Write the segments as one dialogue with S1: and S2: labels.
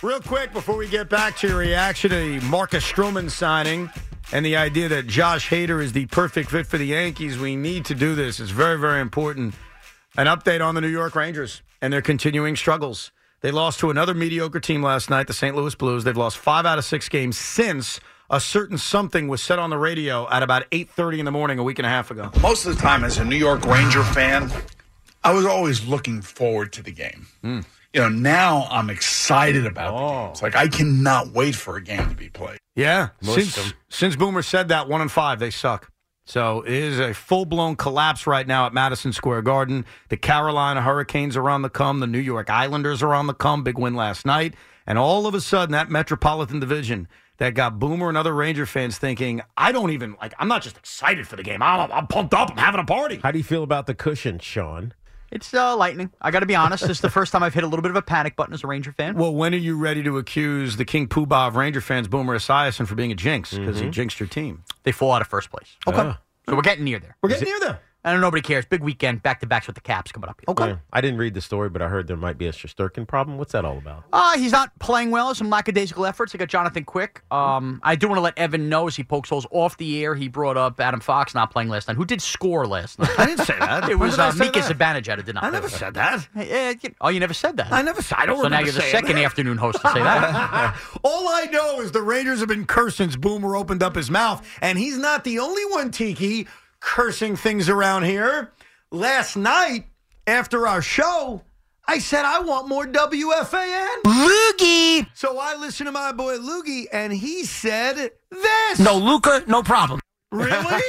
S1: Real quick, before we get back to your reaction to the Marcus Stroman signing and the idea that Josh Hader is the perfect fit for the Yankees, we need to do this. It's very, very important. An update on the New York Rangers and their continuing struggles. They lost to another mediocre team last night, the St. Louis Blues. They've lost five out of six games since a certain something was said on the radio at about 8.30 in the morning a week and a half ago.
S2: Most of the time, as a New York Ranger fan, I was always looking forward to the game. You know, now I'm excited about the games. Like I cannot wait for a game to be played.
S1: Yeah,
S3: Most of
S1: since
S3: them.
S1: since Boomer said that, one and five they suck. So it is a full blown collapse right now at Madison Square Garden. The Carolina Hurricanes are on the come. The New York Islanders are on the come. Big win last night, and all of a sudden that Metropolitan Division that got Boomer and other Ranger fans thinking, I don't even like. I'm not just excited for the game. I'm, I'm pumped up. I'm having a party.
S3: How do you feel about the cushion, Sean?
S4: It's uh, lightning. I got to be honest. This is the first time I've hit a little bit of a panic button as a Ranger fan.
S1: Well, when are you ready to accuse the King Poobah of Ranger fans, Boomer Esiason, for being a jinx because he jinxed your team?
S4: They fall out of first place. Okay. So we're getting near there.
S1: We're getting near there.
S4: I know nobody cares. Big weekend, back to backs with the Caps coming up here.
S1: Okay.
S3: Yeah. I didn't read the story, but I heard there might be a Shusterkin problem. What's that all about?
S4: Uh, he's not playing well. Some lackadaisical efforts. I got Jonathan Quick. Um, I do want to let Evan know as he pokes holes off the air. He brought up Adam Fox not playing last night, who did score last night.
S1: I didn't say that.
S4: it
S1: When
S4: was
S1: did I
S4: uh,
S1: say
S4: Mika
S1: that?
S4: Zibanejad who did not.
S1: I
S4: play
S1: never
S4: last night.
S1: said that.
S4: Eh, eh, you- oh, you never said that.
S1: I never said. I don't.
S4: so now
S1: remember
S4: you're the
S1: saying
S4: second
S1: that.
S4: afternoon host to say that.
S1: All I know is the Rangers have been cursed since Boomer opened up his mouth, and he's not the only one, Tiki, cursing things around here. Last night, after our show, I said I want more WFAN.
S5: Loogie.
S1: So I listened to my boy Loogie, and he said this.
S5: No Luca, no problem.
S1: Really?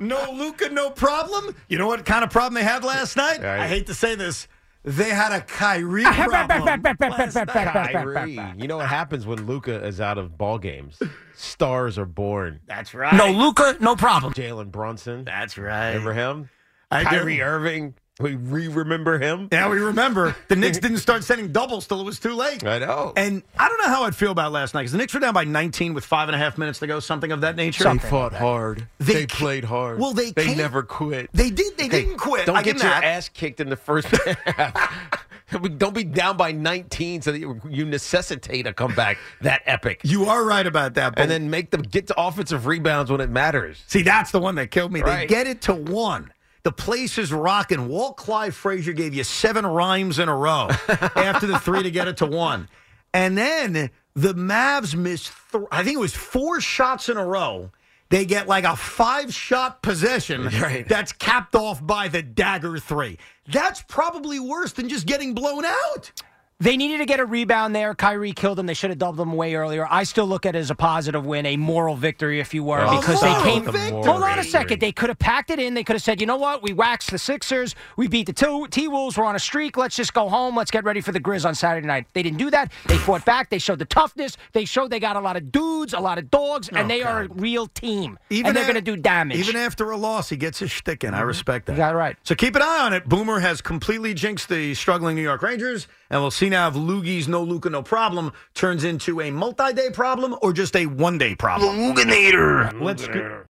S1: no Luca, no problem? You know what kind of problem they had last night?
S3: Right.
S1: I hate to say this. They had a Kyrie problem. last night.
S3: Kyrie. You know what happens when Luca is out of ball games? Stars are born.
S1: That's right.
S5: No Luca, no problem.
S3: Jalen Brunson.
S1: That's right.
S3: Remember him?
S1: I do.
S3: Kyrie Irving. We re remember him.
S1: Now we remember the Knicks didn't start sending doubles till it was too late.
S3: I know.
S1: And I don't know how I'd feel about last night because the Knicks were down by 19 with five and a half minutes to go, something of that nature.
S3: They fought hard.
S1: They
S3: They,
S1: ca-
S3: played hard.
S1: Well, they
S3: they
S1: came-
S3: never quit.
S1: They did. They didn't quit.
S3: Don't
S1: I
S3: get
S1: give
S3: your
S1: them that.
S3: ass kicked in the first half. Don't be down by 19 so that you, you necessitate a comeback that epic.
S1: You are right about that. But
S3: And then make them get to offensive rebounds when it matters.
S1: see, that's the one that killed me. They
S3: Right.
S1: get it to one. The place is rocking. Walt Clyde Frazier gave you seven rhymes in a row after the three to get it to one. And then the Mavs missed, th- I think it was four shots in a row. They get like a five shot possession
S3: Right.
S1: that's capped off by the dagger three. That's probably worse than just getting blown out.
S5: They needed to get a rebound there. Kyrie killed them. They should have doubled them away earlier. I still look at it as a positive win, a moral victory, if you were,
S3: Oh,
S5: because
S1: moral
S5: they came.
S1: victory.
S5: Hold on a second. They could have packed it in. They could have said, you know what? We waxed the Sixers. We beat the two T Wolves. We're on a streak. Let's just go home. Let's get ready for the Grizz on Saturday night. They didn't do that. They fought back. They showed the toughness. They showed they got a lot of dudes, a lot of dogs, and they are a real team. and they're
S1: Oh, a-
S5: going to do damage.
S1: Even after a loss, he gets his shtick in. I respect that.
S5: You got it right.
S1: So keep an eye on it. Boomer has completely jinxed the struggling New York Rangers, and we'll see now if Loogie's no Luca no problem turns into a multi-day problem or just a one-day problem.
S2: Luganator.
S1: Let's go-